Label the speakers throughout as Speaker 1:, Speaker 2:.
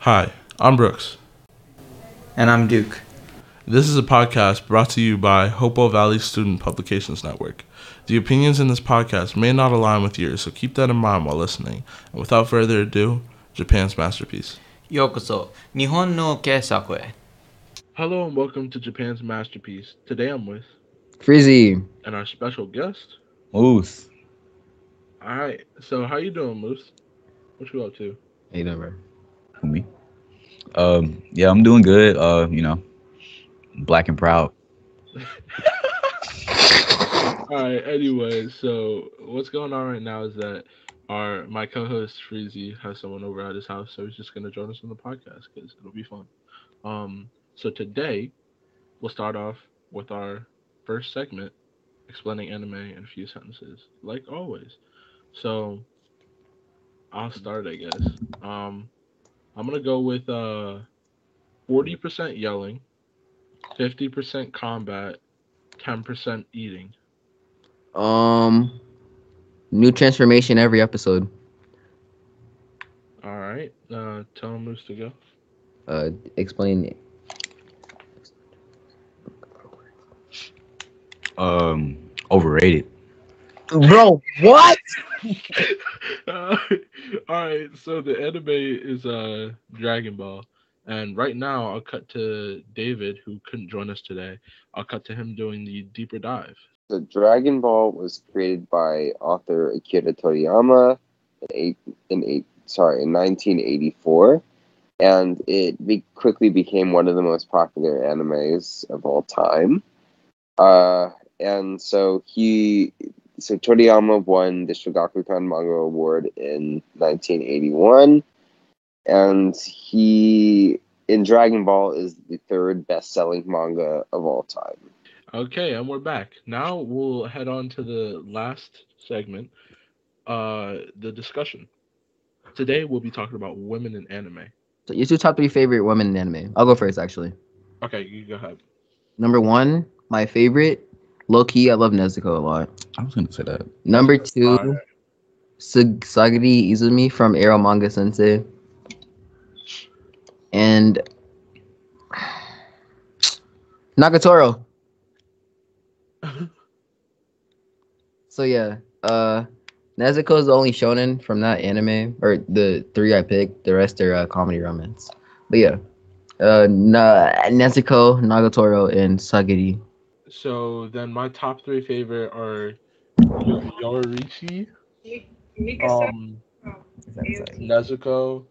Speaker 1: Hi, I'm Brooks.
Speaker 2: And I'm Duke.
Speaker 1: This is a podcast brought to you by Hopewell Valley Student Publications Network. The opinions in this podcast may not align with yours, so keep that in mind while listening. And without further ado, Japan's masterpiece.
Speaker 2: ようこそ日本の警察へ
Speaker 1: Hello and welcome to Japan's masterpiece. Today I'm with
Speaker 3: Frizzy.
Speaker 1: and our special guest.
Speaker 3: Moose.
Speaker 1: All right, so how you doing, Moose? What you up to?
Speaker 3: How you doing, bro?
Speaker 4: me. Um, yeah, I'm doing good. Uh, you know, black and proud.
Speaker 1: All right. Anyway, so what's going on right now is that our my co-host Freezy has someone over at his house, so he's just gonna join us on the podcast because it'll be fun. Um, so today we'll start off with our first segment, explaining anime in a few sentences, like always. So I'll start, I guess. Um, I'm gonna go with uh, 40% yelling, 50% combat, 10% eating.
Speaker 3: Um, new transformation every episode.
Speaker 1: All right. Uh, tell him who's to go.
Speaker 3: Uh, explain.
Speaker 4: Um, overrated.
Speaker 3: Bro, what?
Speaker 1: Uh, all right. So the anime is uh Dragon Ball, and right now I'll cut to David, who couldn't join us today. I'll cut to him doing the deeper dive.
Speaker 5: So Dragon Ball was created by author Akira Toriyama in eight in eight sorry in 1984, and it be- quickly became one of the most popular animes of all time. Uh, and so he so Toriyama won the Shogakukan Manga Award in 1981, and he in Dragon Ball is the third best-selling manga of all time.
Speaker 1: Okay, and we're back. Now we'll head on to the last segment, uh, the discussion. Today we'll be talking about women in anime.
Speaker 3: So your two top three favorite women in anime. I'll go first, actually.
Speaker 1: Okay, you go ahead.
Speaker 3: Number one, my favorite, low key. I love Nezuko a lot.
Speaker 4: I was gonna say that.
Speaker 3: Number two,
Speaker 1: Alright.
Speaker 3: Sug- Sagari Izumi from Arrow Manga Sensei. And Nagatoro. So yeah, uh, Nezuko is the only shonen from that anime, or the three I picked. The rest are uh, comedy romance. But yeah, uh, na- Nezuko, Nagatoro, and Sagiri.
Speaker 1: So then my top three favorite are Yo- Yorichi, um, Nezuko,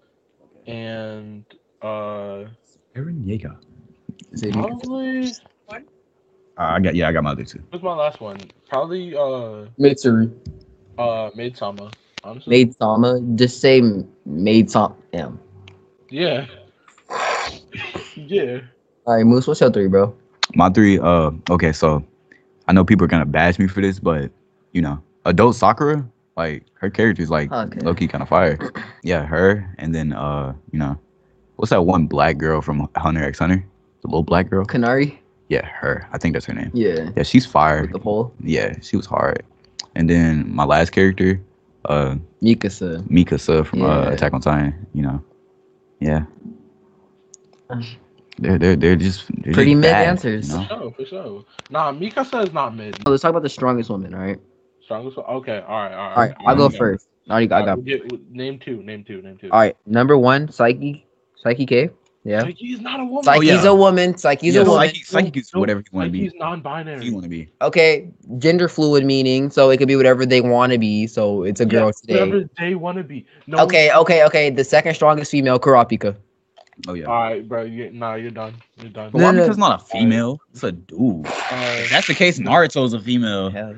Speaker 1: and uh,
Speaker 4: Aaron Yeager.
Speaker 3: Is it-
Speaker 1: probably
Speaker 4: Uh, I got yeah, I got my other two.
Speaker 1: who's my last one? Probably uh,
Speaker 3: Mitsuru.
Speaker 1: uh, Maid Sama. Honestly,
Speaker 3: Maid Sama. Just say Maid Sama. Damn.
Speaker 1: yeah, yeah.
Speaker 3: All right, Moose, what's your three, bro?
Speaker 4: My three. Uh, okay, so I know people are gonna bash me for this, but you know, adult Sakura, like her character's like
Speaker 3: Okay.
Speaker 4: low key kind of fire. Yeah, her, and then uh, you know, what's that one black girl from Hunter X Hunter? The little black girl.
Speaker 3: Kanari.
Speaker 4: Yeah, her. I think that's her name.
Speaker 3: Yeah.
Speaker 4: Yeah, she's fire.
Speaker 3: With the pole.
Speaker 4: Yeah, she was hard. And then my last character, uh,
Speaker 3: Mikasa.
Speaker 4: Mikasa from
Speaker 3: Yeah.
Speaker 4: uh, Attack on Titan. You know, yeah.
Speaker 3: Mm.
Speaker 4: They're they're they're just they're
Speaker 3: Pretty
Speaker 4: just
Speaker 3: mid
Speaker 4: bad,
Speaker 3: answers.
Speaker 4: You know?
Speaker 1: No, for sure. Nah, Mikasa is not mid.
Speaker 3: Oh, let's talk about the strongest woman. All right.
Speaker 1: Strongest. one? Okay, all right, all right.
Speaker 3: All right, I'll go
Speaker 1: okay.
Speaker 3: first. I already got. I
Speaker 1: All right,
Speaker 3: got.
Speaker 1: we'll get- we'll- name two. Name two. Name two.
Speaker 3: All right. Number one, Psyche. Psyche K. Yeah.
Speaker 1: Like, he's not a woman. Oh,
Speaker 3: Psyche's
Speaker 4: yeah.
Speaker 3: a woman. Psyche's
Speaker 4: yeah,
Speaker 3: a woman.
Speaker 4: psychic, psychic is
Speaker 1: No,
Speaker 4: whatever you want
Speaker 1: Like,
Speaker 4: to be.
Speaker 1: he's non-binary.
Speaker 4: You want to be.
Speaker 3: Okay, gender fluid meaning, so it could be whatever they want to be. So it's a
Speaker 1: Yeah,
Speaker 3: girl today.
Speaker 1: Whatever they want to be. No,
Speaker 3: Okay, okay, okay. The second strongest female, Kurapika.
Speaker 4: Oh yeah.
Speaker 1: All
Speaker 3: Uh,
Speaker 1: right, bro. You, nah, you're done. You're done.
Speaker 4: but
Speaker 3: No,
Speaker 4: why
Speaker 3: no.
Speaker 4: Mikasa not a female? It's a dude.
Speaker 3: uh,
Speaker 4: If that's the case, Naruto's a female.
Speaker 3: Hell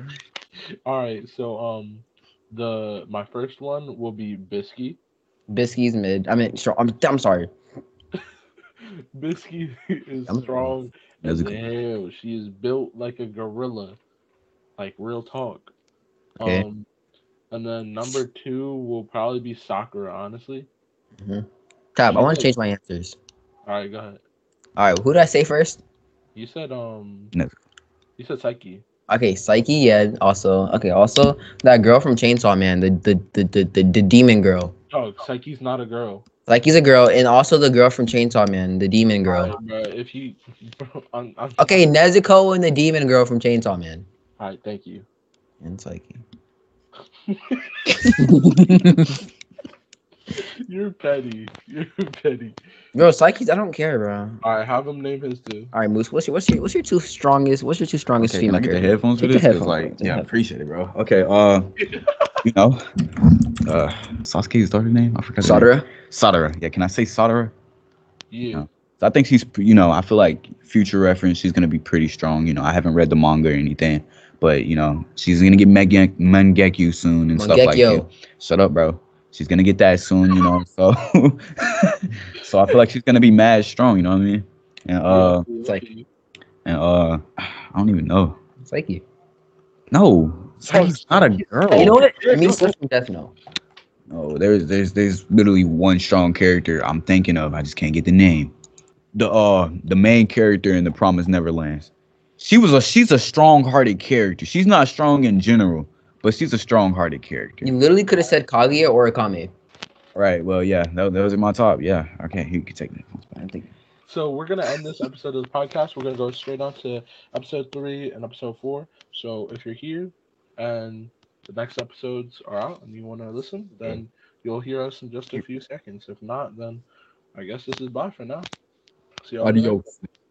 Speaker 1: all right. So um, the my first one will be Bisky.
Speaker 3: Biscuit's mid. I mean, strong. I'm, I'm sorry.
Speaker 1: Bisky is
Speaker 3: I'm-
Speaker 1: strong.
Speaker 4: That's
Speaker 1: as
Speaker 4: a good-
Speaker 1: hell. she is built like a gorilla, like real talk.
Speaker 3: Okay.
Speaker 1: Um, and then number two will probably be Sakura. Honestly.
Speaker 3: Tab, I want to change my answers.
Speaker 1: All right, go ahead.
Speaker 3: All right, who did I say first?
Speaker 1: You said um.
Speaker 4: No.
Speaker 1: You said Psyche.
Speaker 3: Okay, Psyche. Yeah. Also, okay. Also, that girl from Chainsaw Man, the the the the, the, the demon girl.
Speaker 1: Dog, Oh, Psyche's not a girl.
Speaker 3: Like he's a girl, and also the girl from Chainsaw Man, the demon girl.
Speaker 1: Alright, bruh, if you, bro, I'm, I'm,
Speaker 3: Okay, Nezuko and the demon girl from Chainsaw Man.
Speaker 1: All right, thank you.
Speaker 3: And Psyche.
Speaker 1: You're petty. You're petty.
Speaker 3: bro, Psyche's I don't care, bro.
Speaker 1: All right, have him name his due.
Speaker 3: All right, Moose. What's your what's your what's your two strongest? What's your two strongest
Speaker 4: Okay, can I
Speaker 3: female
Speaker 4: get the
Speaker 3: characters?
Speaker 4: headphones for
Speaker 3: Take the
Speaker 4: this? 'Cause,
Speaker 3: headphones, bro.
Speaker 4: like,
Speaker 3: Take the
Speaker 4: yeah,
Speaker 3: headphones.
Speaker 4: appreciate it, bro. Okay, uh, you know, uh, Sasuke's daughter name? I forgot. her name.
Speaker 3: Sadara.
Speaker 4: Sadara. Yeah, can I say Sadara?
Speaker 1: Yeah.
Speaker 4: No. I think she's, you know, I feel like future reference, she's gonna be pretty strong. You know, I haven't read the manga or anything, but you know, she's gonna get Menge- Mengekyu soon and stuff like
Speaker 3: Mangekyo.
Speaker 4: that. Shut up, bro. She's gonna get that soon, you know. So, so I feel like she's gonna be mad strong. You know what I mean? And uh,
Speaker 1: Yeah,
Speaker 3: it's like-
Speaker 1: okay.
Speaker 4: and uh, I don't even know.
Speaker 3: Psyche.
Speaker 4: No, she's not a girl.
Speaker 3: you know what? I mean, first from Death Note.
Speaker 4: No, there's there's there's literally one strong character I'm thinking of. I just can't get the name. The uh the main character in the Promised Neverlands. She was a she's a strong-hearted character. She's not strong in general, but she's a strong-hearted character.
Speaker 3: You literally could have said Kaguya or Akame.
Speaker 4: Right. Well, yeah. tho- those are my top. Yeah. Okay. You can take the headphones back. I think.
Speaker 1: So we're gonna end this episode of the podcast. We're gonna go straight on to episode three and episode four. So if you're here and the next episodes are out and you want to listen, then you'll hear us in just a few seconds. If not, then I guess this is bye for now. See y'all. later.
Speaker 4: Adios.